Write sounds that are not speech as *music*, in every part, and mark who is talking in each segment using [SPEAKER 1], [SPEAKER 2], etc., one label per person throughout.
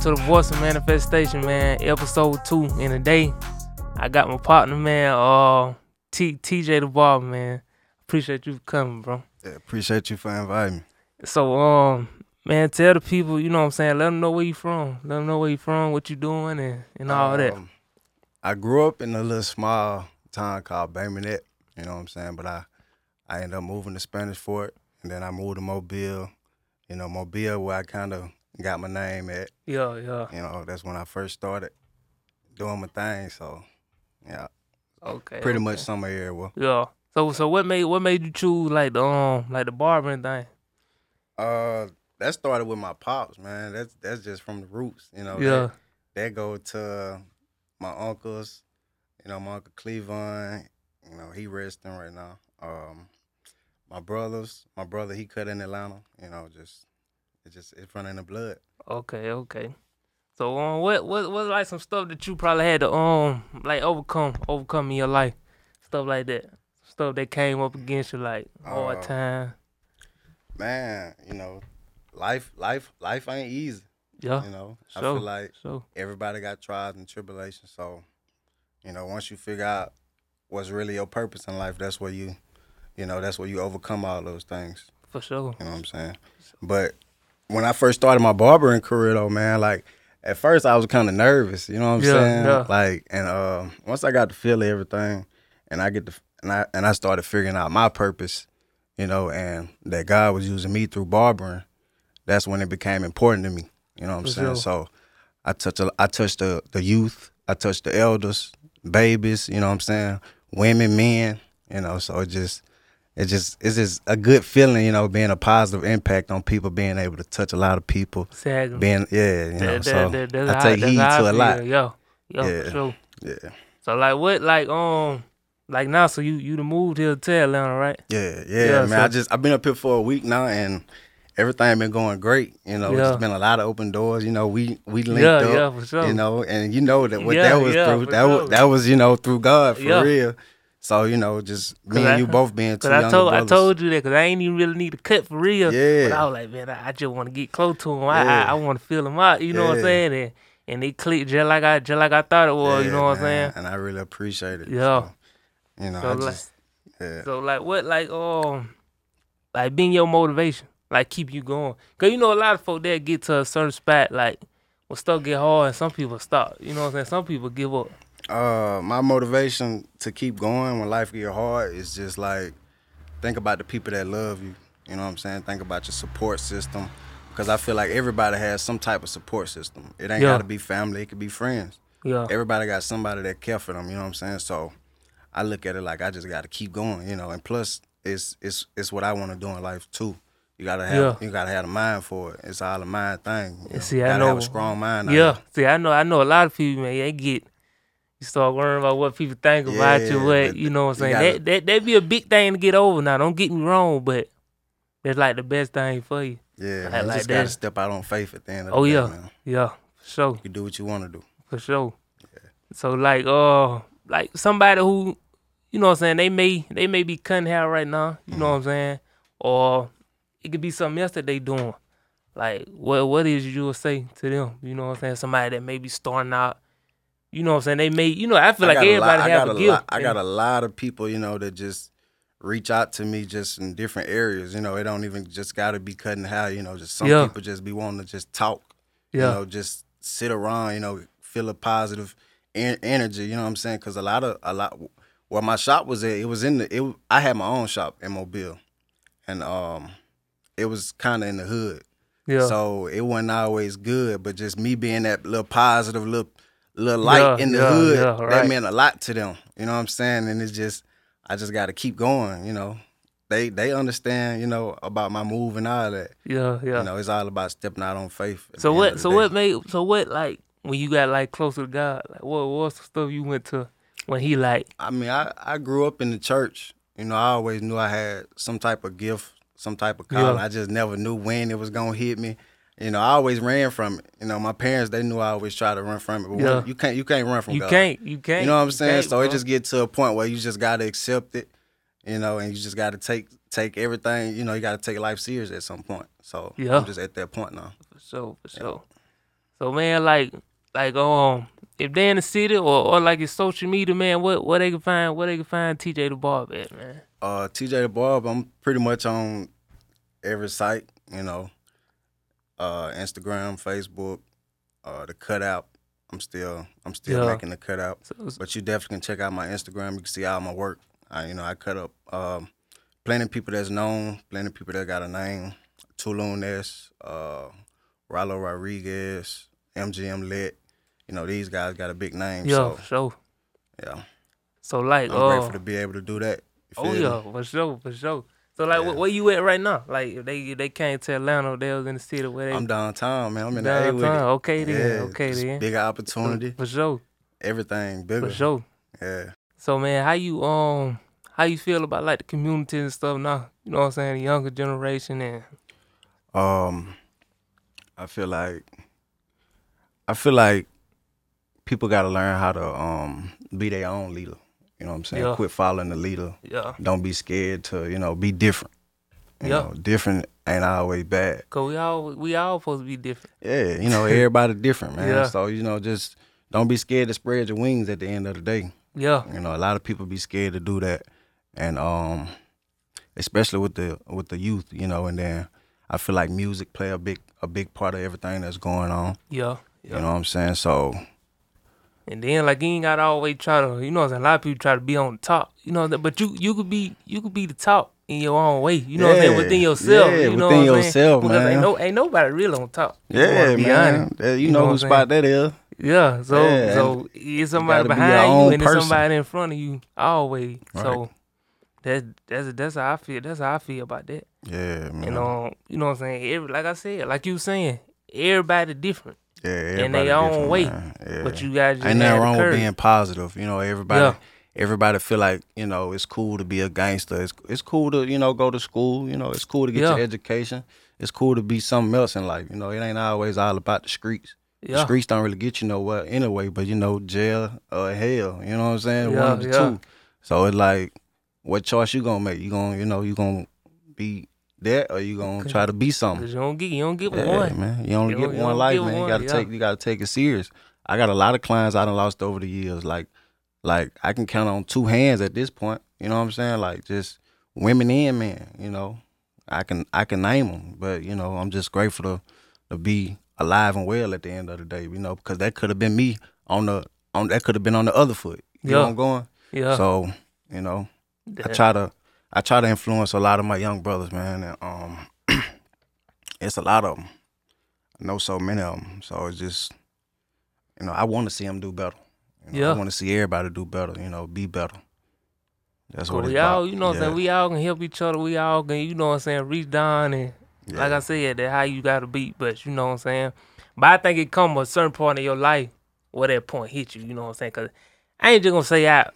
[SPEAKER 1] to the Voice of Manifestation, man. Episode two in the day. I got my partner, man. Uh, T TJ the Barber, man. Appreciate you for coming, bro.
[SPEAKER 2] Yeah, appreciate you for inviting me.
[SPEAKER 1] So, um, man, tell the people, you know what I'm saying. Let them know where you from. Let them know where you from, what you doing, and and all that.
[SPEAKER 2] Um, I grew up in a little small town called Baymanette, you know what I'm saying? But I, I ended up moving to Spanish Fort, and then I moved to Mobile, you know, Mobile where I kind of got my name at.
[SPEAKER 1] Yeah, yeah.
[SPEAKER 2] You know, that's when I first started doing my thing. So, yeah,
[SPEAKER 1] Okay.
[SPEAKER 2] pretty much
[SPEAKER 1] okay.
[SPEAKER 2] summer area. Well,
[SPEAKER 1] Yeah. So, so what made what made you choose like the um like the barbering thing?
[SPEAKER 2] uh, that started with my pops, man. That's that's just from the roots, you know.
[SPEAKER 1] Yeah.
[SPEAKER 2] That, that go to my uncles, you know, my uncle Cleveland. You know, he resting right now. Um, my brothers, my brother, he cut in Atlanta. You know, just it just it's running the blood.
[SPEAKER 1] Okay, okay. So um, what what what's like some stuff that you probably had to um like overcome overcome in your life, stuff like that, stuff that came up against you like hard
[SPEAKER 2] Uh,
[SPEAKER 1] time.
[SPEAKER 2] Man, you know, life, life, life ain't easy.
[SPEAKER 1] Yeah.
[SPEAKER 2] You know, I
[SPEAKER 1] Sure.
[SPEAKER 2] feel like
[SPEAKER 1] So
[SPEAKER 2] everybody got trials and tribulations. So, you know, once you figure out what's really your purpose in life, that's where you, you know, that's where you overcome all those things.
[SPEAKER 1] for sure.
[SPEAKER 2] You know what I'm saying? But when I first started my barbering career, though, man, like at first I was kind of nervous. You know what I'm
[SPEAKER 1] Yeah,
[SPEAKER 2] saying?
[SPEAKER 1] yeah.
[SPEAKER 2] Like, and uh, once I got to feel everything, and I get to and I and I started figuring out my purpose, you know, and that God was using me through barbering. That's when it became important to me. You know what I'm
[SPEAKER 1] For
[SPEAKER 2] saying?
[SPEAKER 1] sure.
[SPEAKER 2] So I touched a, I touched the the youth, I touched the elders, babies. You know what I'm saying? Women, men. You know, so it just it just it's just a good feeling. You know, being a positive impact on people, being able to touch a lot of people,
[SPEAKER 1] Sad.
[SPEAKER 2] being yeah, you know.
[SPEAKER 1] That-
[SPEAKER 2] so
[SPEAKER 1] that- that- that's
[SPEAKER 2] I
[SPEAKER 1] how-
[SPEAKER 2] take
[SPEAKER 1] that's
[SPEAKER 2] heed
[SPEAKER 1] how I
[SPEAKER 2] to a lot.
[SPEAKER 1] feel, Yo, yo, for
[SPEAKER 2] Yeah.
[SPEAKER 1] sure.
[SPEAKER 2] Yeah,
[SPEAKER 1] So like what like um like now so you you done moved here to Atlanta right?
[SPEAKER 2] yeah, yeah,
[SPEAKER 1] Yeah,
[SPEAKER 2] man.
[SPEAKER 1] so-
[SPEAKER 2] I just I've been up here for a week now, and everything been going great. You know,
[SPEAKER 1] Yeah.
[SPEAKER 2] it's been a lot of open doors. You know, we we linked
[SPEAKER 1] yeah,
[SPEAKER 2] up.
[SPEAKER 1] yeah, for sure.
[SPEAKER 2] you know, and you know that what
[SPEAKER 1] Yeah,
[SPEAKER 2] that was
[SPEAKER 1] yeah,
[SPEAKER 2] through,
[SPEAKER 1] for
[SPEAKER 2] that
[SPEAKER 1] sure.
[SPEAKER 2] was that was you know through God for
[SPEAKER 1] Yeah.
[SPEAKER 2] real. So you know, just me
[SPEAKER 1] 'Cause
[SPEAKER 2] and
[SPEAKER 1] I-
[SPEAKER 2] you both being two
[SPEAKER 1] Cause I
[SPEAKER 2] younger
[SPEAKER 1] told I
[SPEAKER 2] brothers.
[SPEAKER 1] told you that because I ain't even really need to cut for real. But I
[SPEAKER 2] Yeah.
[SPEAKER 1] was like, man, I, I just want to get close to him. I
[SPEAKER 2] Yeah.
[SPEAKER 1] I, I want to feel him out. You know what I'm
[SPEAKER 2] Yeah.
[SPEAKER 1] saying? And, and it clicked just like I just like I thought it was. you
[SPEAKER 2] Yeah,
[SPEAKER 1] know what
[SPEAKER 2] man,
[SPEAKER 1] I'm saying?
[SPEAKER 2] And I really appreciate it.
[SPEAKER 1] Yeah.
[SPEAKER 2] So, you know,
[SPEAKER 1] So,
[SPEAKER 2] I
[SPEAKER 1] like-
[SPEAKER 2] just yeah.
[SPEAKER 1] So like what like um like being your motivation like keep you going. Cause you know a lot of folk that get to a certain spot like when stuff get hard and some people stop. You know what I'm saying? Some people give up.
[SPEAKER 2] Uh, my motivation to keep going when life get hard is just like think about the people that love you. You know what I'm saying? Think about your support system because I feel like everybody has some type of support system. It ain't
[SPEAKER 1] Yeah.
[SPEAKER 2] got to be family; it could be friends.
[SPEAKER 1] Yeah.
[SPEAKER 2] everybody got somebody that care for them. You know what I'm saying? So I look at it like I just got to keep going. You know, and plus it's it's it's what I want to do in life too. You gotta have you gotta have a mind for it. It's all a mind thing. You know?
[SPEAKER 1] see, I
[SPEAKER 2] gotta have
[SPEAKER 1] know-
[SPEAKER 2] a strong mind. out
[SPEAKER 1] Yeah. See, I know I know a lot of people, man, they get you start worrying about what people think about you,
[SPEAKER 2] Yeah,
[SPEAKER 1] what
[SPEAKER 2] but
[SPEAKER 1] you know what I'm
[SPEAKER 2] you
[SPEAKER 1] saying.
[SPEAKER 2] gotta-
[SPEAKER 1] that, that that be a big thing to get over now. Don't get me wrong, but that's like the best thing for you.
[SPEAKER 2] here. Yeah,
[SPEAKER 1] I
[SPEAKER 2] man, you
[SPEAKER 1] like
[SPEAKER 2] just gotta
[SPEAKER 1] that.
[SPEAKER 2] step out on faith at the end of
[SPEAKER 1] Oh
[SPEAKER 2] the day,
[SPEAKER 1] yeah.
[SPEAKER 2] man.
[SPEAKER 1] Yeah. For sure.
[SPEAKER 2] You do what you want to do.
[SPEAKER 1] For sure. So like uh like somebody who you know what I'm saying, they may they may be cutting hair right now, you know what I'm saying? Or it could be something else that they doing. Like what what is you would say to them? You know what I'm saying? Somebody that may be starting out, you know what I'm saying? They may you know, I feel like
[SPEAKER 2] got a lot-
[SPEAKER 1] everybody
[SPEAKER 2] I
[SPEAKER 1] have
[SPEAKER 2] got
[SPEAKER 1] a
[SPEAKER 2] a
[SPEAKER 1] gift.
[SPEAKER 2] Lot, I
[SPEAKER 1] and-
[SPEAKER 2] got a lot of people, you know, that just reach out to me just in different areas. You know, it don't even just got to be cutting hair. You know, just some
[SPEAKER 1] Yeah.
[SPEAKER 2] people just be wanting to just talk.
[SPEAKER 1] Yeah.
[SPEAKER 2] You know, just sit around. You know, feel a positive en- energy. You know what I'm saying? Because a lot of a lot where my shop was at, it was in the. It, wa- I had my own shop in Mobile, and um, it was kind of in the hood.
[SPEAKER 1] Yeah.
[SPEAKER 2] So it wasn't always good, but just me being that little positive, little little light
[SPEAKER 1] Yeah,
[SPEAKER 2] in the
[SPEAKER 1] yeah,
[SPEAKER 2] hood,
[SPEAKER 1] yeah, right.
[SPEAKER 2] that meant a lot to them. You know what I'm saying? And it's just I just gotta keep going, you know. They they understand, you know, about my move and all that.
[SPEAKER 1] yeah, yeah.
[SPEAKER 2] You know, it's all about stepping out on faith. at
[SPEAKER 1] so
[SPEAKER 2] the end
[SPEAKER 1] what
[SPEAKER 2] of the
[SPEAKER 1] so
[SPEAKER 2] day.
[SPEAKER 1] what made so what like when you got like closer to God, like what what's the stuff you went to when he like
[SPEAKER 2] I mean, I, I grew up in the church. You know, I always knew I had some type of gift, some type of calling.
[SPEAKER 1] Yeah.
[SPEAKER 2] I just never knew when it was gonna hit me. You know, I always ran from it. You know, my parents they knew I always tried to run from it, but
[SPEAKER 1] Yeah.
[SPEAKER 2] when, you can't you can't run from
[SPEAKER 1] you
[SPEAKER 2] God.
[SPEAKER 1] can't, you can't.
[SPEAKER 2] You know what I'm
[SPEAKER 1] you
[SPEAKER 2] saying?
[SPEAKER 1] can't,
[SPEAKER 2] So it
[SPEAKER 1] bro.
[SPEAKER 2] just get to a point where you just gotta accept it, you know, and you just gotta take take everything, you know, you gotta take life serious at some point. So
[SPEAKER 1] Yeah.
[SPEAKER 2] I'm just at that point now.
[SPEAKER 1] For sure, for sure. So man, like like um if they in the city or, or like it's social media, man, what what they can find what they can find TJ the Barb at, man.
[SPEAKER 2] Uh, TJ the Barb, I'm pretty much on every site, you know, uh, Instagram, Facebook, uh, the cutout. I'm still I'm still
[SPEAKER 1] Yeah.
[SPEAKER 2] making the cutout,
[SPEAKER 1] So it's-
[SPEAKER 2] but you definitely can check out my Instagram. You can see all my work. I, you know, I cut up um, plenty of people that's known, plenty of people that got a name. Tulunes, uh, Rollo Rodriguez, MGM Lit. You know, these guys got a big name.
[SPEAKER 1] yeah,
[SPEAKER 2] So
[SPEAKER 1] for sure.
[SPEAKER 2] yeah,
[SPEAKER 1] So like
[SPEAKER 2] I'm
[SPEAKER 1] uh,
[SPEAKER 2] grateful to be able to do that. You
[SPEAKER 1] Oh
[SPEAKER 2] feel me?
[SPEAKER 1] yeah, for sure, for sure. So like, wh-
[SPEAKER 2] Yeah.
[SPEAKER 1] where you at right now? Like, if they if they came to Atlanta, they was in the city where they
[SPEAKER 2] I'm downtown, man. I'm in
[SPEAKER 1] downtown.
[SPEAKER 2] the A with it.
[SPEAKER 1] Okay then,
[SPEAKER 2] Yeah,
[SPEAKER 1] okay
[SPEAKER 2] it's
[SPEAKER 1] then.
[SPEAKER 2] Bigger opportunity.
[SPEAKER 1] For sure,
[SPEAKER 2] Everything
[SPEAKER 1] for
[SPEAKER 2] bigger.
[SPEAKER 1] sure.
[SPEAKER 2] Yeah.
[SPEAKER 1] So man, how you um how you feel about like the community and stuff now? You know what I'm saying, the younger generation and
[SPEAKER 2] Um, I feel like I feel like people got to learn how to um be their own leader. You know what I'm saying?
[SPEAKER 1] Yeah.
[SPEAKER 2] Quit following the leader.
[SPEAKER 1] yeah,
[SPEAKER 2] Don't be scared to you know be different. You
[SPEAKER 1] Yeah.
[SPEAKER 2] know, different ain't always bad.
[SPEAKER 1] cause we all we all supposed to be different.
[SPEAKER 2] Yeah, you know everybody different,
[SPEAKER 1] *laughs*
[SPEAKER 2] man.
[SPEAKER 1] Yeah.
[SPEAKER 2] So you know just don't be scared to spread your wings. At the end of the day,
[SPEAKER 1] Yeah,
[SPEAKER 2] You know, a lot of people be scared to do that, and um, especially with the with the youth, you know. And then I feel like music play a big a big part of everything that's going on.
[SPEAKER 1] yeah, yeah.
[SPEAKER 2] You know what I'm saying? So
[SPEAKER 1] And then like you ain't gotta always try to you know what I'm saying. A lot of people try to be on top, you know. what I'm saying? But you you could be you could be the top in your own way, you know what I'm saying.
[SPEAKER 2] Yeah,
[SPEAKER 1] Within yourself,
[SPEAKER 2] yeah,
[SPEAKER 1] you know
[SPEAKER 2] within
[SPEAKER 1] what I'm saying.
[SPEAKER 2] yourself,
[SPEAKER 1] Because ain't
[SPEAKER 2] man.
[SPEAKER 1] no ain't nobody really on top. if you
[SPEAKER 2] yeah,
[SPEAKER 1] wanna be
[SPEAKER 2] man,
[SPEAKER 1] honest.
[SPEAKER 2] that, you,
[SPEAKER 1] You
[SPEAKER 2] know,
[SPEAKER 1] know
[SPEAKER 2] who
[SPEAKER 1] what I'm
[SPEAKER 2] spot that is.
[SPEAKER 1] Yeah. So
[SPEAKER 2] Yeah,
[SPEAKER 1] so it's
[SPEAKER 2] gotta
[SPEAKER 1] somebody
[SPEAKER 2] be your
[SPEAKER 1] behind you
[SPEAKER 2] own
[SPEAKER 1] and
[SPEAKER 2] person.
[SPEAKER 1] it's somebody in front of you always.
[SPEAKER 2] Right.
[SPEAKER 1] So that that's that's how I feel. That's how I feel about that.
[SPEAKER 2] Yeah, man.
[SPEAKER 1] And um, you know what I'm saying. Every like I said, like you saying, everybody different,
[SPEAKER 2] yeah,
[SPEAKER 1] in their
[SPEAKER 2] everybody
[SPEAKER 1] own
[SPEAKER 2] different,
[SPEAKER 1] way.
[SPEAKER 2] man. Yeah.
[SPEAKER 1] but you guys just
[SPEAKER 2] ain't
[SPEAKER 1] have
[SPEAKER 2] nothing
[SPEAKER 1] the
[SPEAKER 2] wrong with
[SPEAKER 1] courage.
[SPEAKER 2] being positive. You know, everybody
[SPEAKER 1] Yeah.
[SPEAKER 2] everybody feel like, you know, it's cool to be a gangster. It's it's cool to, you know, go to school, you know, it's cool to get
[SPEAKER 1] Yeah.
[SPEAKER 2] your education. It's cool to be something else in life. You know, it ain't always all about the streets. The
[SPEAKER 1] Yeah.
[SPEAKER 2] streets don't really get you nowhere anyway, but you know, jail or hell, you know what I'm saying?
[SPEAKER 1] Yeah,
[SPEAKER 2] One of the
[SPEAKER 1] yeah.
[SPEAKER 2] two. So it's like what choice you gonna make? You gonna you know, you gonna be that or you gonna try to be something.
[SPEAKER 1] Cause you don't get you don't get
[SPEAKER 2] Yeah,
[SPEAKER 1] one.
[SPEAKER 2] man. You only
[SPEAKER 1] You
[SPEAKER 2] get
[SPEAKER 1] only-
[SPEAKER 2] one
[SPEAKER 1] you only
[SPEAKER 2] life,
[SPEAKER 1] get
[SPEAKER 2] man.
[SPEAKER 1] one,
[SPEAKER 2] you gotta
[SPEAKER 1] yeah.
[SPEAKER 2] take you gotta take it serious. I got a lot of clients I done lost over the years. Like like I can count on two hands at this point. You know what I'm saying? Like just women and men. You know, I can I can name them, but you know I'm just grateful to to be alive and well at the end of the day. You know, because that could have been me on the on that could have been on the other foot. You know
[SPEAKER 1] Yeah.
[SPEAKER 2] what I'm going?
[SPEAKER 1] Yeah.
[SPEAKER 2] So you know, I
[SPEAKER 1] that-
[SPEAKER 2] try to I try to influence a lot of my young brothers, man. And, um, *clears throat* it's a lot of them. I know so many of them. So it's just, you know, I want to see them do better. You know,
[SPEAKER 1] Yeah.
[SPEAKER 2] I want to see everybody do better. You know, be better. That's
[SPEAKER 1] But
[SPEAKER 2] what it's
[SPEAKER 1] we all,
[SPEAKER 2] about.
[SPEAKER 1] you know what I'm saying? We all can help each other. We all can, you know what I'm saying, reach down and
[SPEAKER 2] Yeah.
[SPEAKER 1] like I said, that how you gotta beat, but you know what I'm saying? But I think it come a certain point in your life where that point hit you, you know what I'm saying? Cause I ain't just gonna say I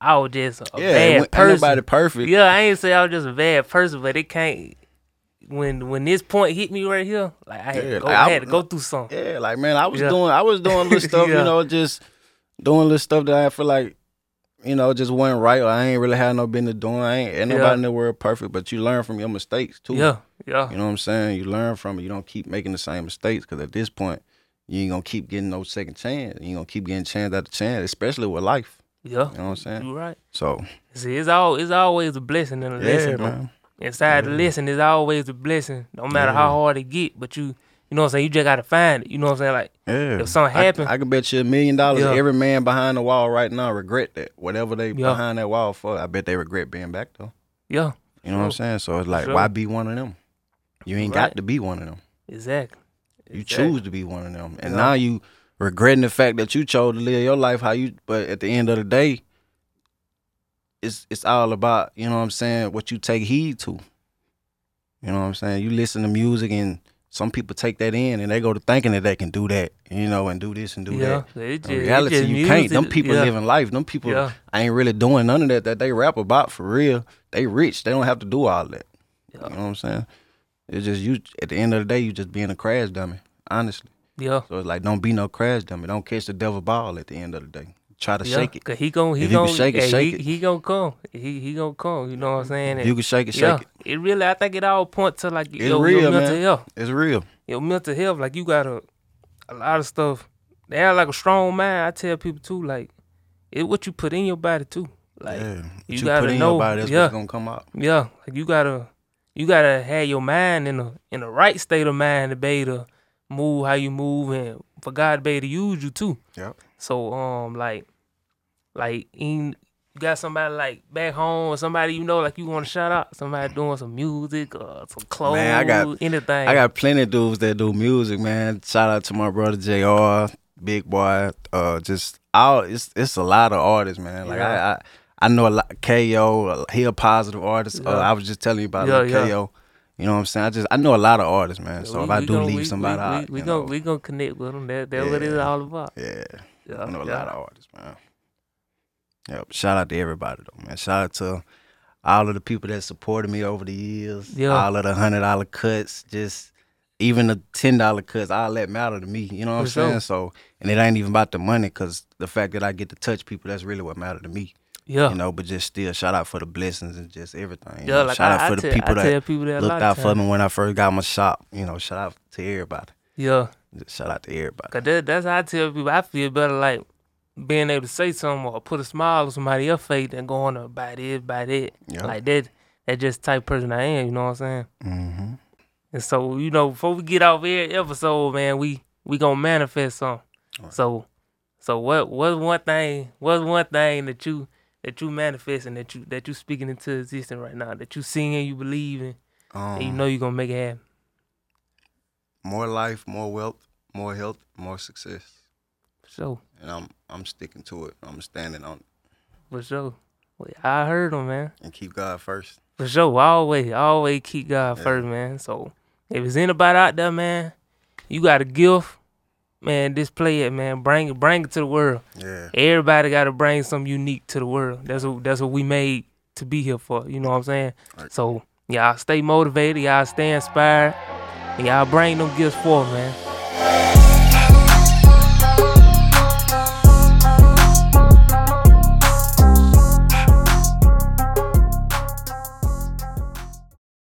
[SPEAKER 1] I was just a
[SPEAKER 2] yeah,
[SPEAKER 1] bad
[SPEAKER 2] ain't
[SPEAKER 1] person.
[SPEAKER 2] nobody perfect.
[SPEAKER 1] Yeah, I ain't say I was just a bad person, but it can't when when this point hit me right here, like I had,
[SPEAKER 2] Yeah,
[SPEAKER 1] to, go,
[SPEAKER 2] like,
[SPEAKER 1] I
[SPEAKER 2] I
[SPEAKER 1] had to
[SPEAKER 2] w-
[SPEAKER 1] go through something.
[SPEAKER 2] Yeah, like man, I was
[SPEAKER 1] Yeah.
[SPEAKER 2] doing I was
[SPEAKER 1] *laughs*
[SPEAKER 2] doing little stuff,
[SPEAKER 1] Yeah.
[SPEAKER 2] you know, just doing little stuff that I feel like, you know, just wasn't right or I ain't really had no business doing. I ain't ain't
[SPEAKER 1] Yeah.
[SPEAKER 2] nobody in the world perfect, but you learn from your mistakes too.
[SPEAKER 1] Yeah, yeah,
[SPEAKER 2] You know what I'm saying? You learn from it. You don't keep making the same mistakes because at this point, you ain't gonna keep getting no second chance. You ain't gonna keep getting chance after chance, especially with life.
[SPEAKER 1] yeah.
[SPEAKER 2] You know what I'm saying?
[SPEAKER 1] You right.
[SPEAKER 2] So
[SPEAKER 1] See, it's all it's always a blessing and a
[SPEAKER 2] yeah,
[SPEAKER 1] lesson. though.
[SPEAKER 2] man.
[SPEAKER 1] inside the lesson is always a blessing, no matter how hard it get. But you, you know what I'm saying. You just gotta find it. You know what I'm saying. Like
[SPEAKER 2] Yeah.
[SPEAKER 1] If something
[SPEAKER 2] I-
[SPEAKER 1] happen-
[SPEAKER 2] I, can bet you a million dollars.
[SPEAKER 1] Yeah.
[SPEAKER 2] Every man behind the wall right now regret that. Whatever they
[SPEAKER 1] Yeah.
[SPEAKER 2] behind that wall for, I bet they regret being back though.
[SPEAKER 1] yeah,
[SPEAKER 2] You know what I'm saying? So it's like,
[SPEAKER 1] Sure.
[SPEAKER 2] why be one of them? You ain't
[SPEAKER 1] Right.
[SPEAKER 2] got to be one of them.
[SPEAKER 1] exactly.
[SPEAKER 2] You
[SPEAKER 1] Exactly.
[SPEAKER 2] choose to be one of them, and
[SPEAKER 1] Yeah.
[SPEAKER 2] now you regretting the fact that you chose to live your life how you. But at the end of the day, it's it's all about you know what I'm saying what you take heed to. You know what I'm saying. You listen to music, and some people take that in, and they go to thinking that they can do that, you know, and do this and do
[SPEAKER 1] Yeah,
[SPEAKER 2] that.
[SPEAKER 1] it just,
[SPEAKER 2] In
[SPEAKER 1] it
[SPEAKER 2] reality,
[SPEAKER 1] just
[SPEAKER 2] you
[SPEAKER 1] music.
[SPEAKER 2] can't. Them people
[SPEAKER 1] yeah.
[SPEAKER 2] living life. Them people
[SPEAKER 1] Yeah.
[SPEAKER 2] ain't really doing none of that that they rap about for real. They rich. They don't have to do all that.
[SPEAKER 1] Yeah.
[SPEAKER 2] You know what I'm saying? It's just you. At the end of the day, you just being a crash dummy. Honestly.
[SPEAKER 1] Yeah,
[SPEAKER 2] So it's like, don't be no crash dummy. Don't catch the devil ball at the end of the day. Try to
[SPEAKER 1] yeah.
[SPEAKER 2] shake it.
[SPEAKER 1] Cause he gon' he
[SPEAKER 2] If you can
[SPEAKER 1] gon'
[SPEAKER 2] shake it,
[SPEAKER 1] yeah,
[SPEAKER 2] shake
[SPEAKER 1] he,
[SPEAKER 2] it.
[SPEAKER 1] he gon' come. He he gon' come. You know what I'm saying?
[SPEAKER 2] If you can shake it, shake
[SPEAKER 1] yeah,
[SPEAKER 2] it.
[SPEAKER 1] really. I think it all point to like
[SPEAKER 2] It's
[SPEAKER 1] your,
[SPEAKER 2] real,
[SPEAKER 1] your mental
[SPEAKER 2] man.
[SPEAKER 1] health.
[SPEAKER 2] It's real.
[SPEAKER 1] Your mental health, like you gotta. a lot of stuff. They have like a strong mind. I tell people too, like it what you put in your body too. Like
[SPEAKER 2] yeah.
[SPEAKER 1] you
[SPEAKER 2] What you,
[SPEAKER 1] gotta
[SPEAKER 2] put in
[SPEAKER 1] know,
[SPEAKER 2] your body, that's
[SPEAKER 1] yeah.
[SPEAKER 2] what's gonna come out.
[SPEAKER 1] yeah, like you gotta you gotta have your mind in a in the right state of mind to be able to move how you move and for God to be able to use you too.
[SPEAKER 2] Yep.
[SPEAKER 1] So um like like in you got somebody like back home or somebody you know like you want to shout out somebody doing some music or some clothes
[SPEAKER 2] Man, I got-
[SPEAKER 1] anything
[SPEAKER 2] I got plenty of dudes that do music, man. Shout out to my brother Jr. Big Boy. Uh, just all it's it's a lot of artists, man. Like
[SPEAKER 1] Yeah.
[SPEAKER 2] I, I I know a lot. Ko, he a positive artist. Uh,
[SPEAKER 1] Yeah.
[SPEAKER 2] I was just telling you about
[SPEAKER 1] Yeah,
[SPEAKER 2] Lil
[SPEAKER 1] yeah.
[SPEAKER 2] Ko. You know what I'm saying? I just I know a lot of artists, man. So
[SPEAKER 1] We-
[SPEAKER 2] if I
[SPEAKER 1] we
[SPEAKER 2] do
[SPEAKER 1] gonna-
[SPEAKER 2] leave
[SPEAKER 1] we-
[SPEAKER 2] somebody
[SPEAKER 1] we,
[SPEAKER 2] out,
[SPEAKER 1] we, we
[SPEAKER 2] you
[SPEAKER 1] gonna
[SPEAKER 2] know,
[SPEAKER 1] we gonna connect with them that that's what it's
[SPEAKER 2] Yeah.
[SPEAKER 1] all about
[SPEAKER 2] yeah.
[SPEAKER 1] yeah,
[SPEAKER 2] I know a
[SPEAKER 1] yeah.
[SPEAKER 2] lot of artists, man. Yep. Shout out to everybody though, man. Shout out to all of the people that supported me over the years.
[SPEAKER 1] Yeah.
[SPEAKER 2] All of the hundred dollar cuts, just even the ten dollar cuts, all that matter to me. You know what
[SPEAKER 1] For sure.
[SPEAKER 2] I'm saying? So, and it ain't even about the money, cause the fact that I get to touch people, that's really what matter to me.
[SPEAKER 1] yeah
[SPEAKER 2] You know, but just still, shout out for the blessings and just everything. you
[SPEAKER 1] yeah
[SPEAKER 2] know?
[SPEAKER 1] like
[SPEAKER 2] shout
[SPEAKER 1] I,
[SPEAKER 2] out for
[SPEAKER 1] I
[SPEAKER 2] the
[SPEAKER 1] tell,
[SPEAKER 2] people
[SPEAKER 1] I
[SPEAKER 2] that
[SPEAKER 1] tell people that a lot
[SPEAKER 2] looked
[SPEAKER 1] of
[SPEAKER 2] out for
[SPEAKER 1] times.
[SPEAKER 2] me when I first got my shop. You know, shout out to everybody.
[SPEAKER 1] yeah
[SPEAKER 2] Just shout out to everybody.
[SPEAKER 1] Cause that, that's how I tell people I feel better like being able to say something or put a smile on somebody else's face than going to buy this, buy that.
[SPEAKER 2] Yeah.
[SPEAKER 1] Like that that just type of person I am, you know what I'm saying?
[SPEAKER 2] hmm
[SPEAKER 1] And so, you know, before we get off every episode, man, we we gonna manifest something.
[SPEAKER 2] Right.
[SPEAKER 1] So so what what's one thing what's one thing that you that you manifesting that you that you speaking into existence right now, that you seeing, you believing,
[SPEAKER 2] Um,
[SPEAKER 1] and you know you're gonna make it happen.
[SPEAKER 2] more life, more wealth, more health, more success.
[SPEAKER 1] For sure.
[SPEAKER 2] And I'm I'm sticking to it. I'm standing on it
[SPEAKER 1] For sure. Well, I heard him, man.
[SPEAKER 2] and keep God first.
[SPEAKER 1] For sure, always, always keep God
[SPEAKER 2] Yeah.
[SPEAKER 1] first, man. So if there's anybody out there, man, you got a gift, man, display it, man. Bring it, bring it to the world.
[SPEAKER 2] Yeah.
[SPEAKER 1] Everybody got to bring something unique to the world. That's what that's what we made to be here for. You know what I'm saying?
[SPEAKER 2] Right.
[SPEAKER 1] So y'all stay motivated, y'all stay inspired, and y'all bring them gifts forth, man.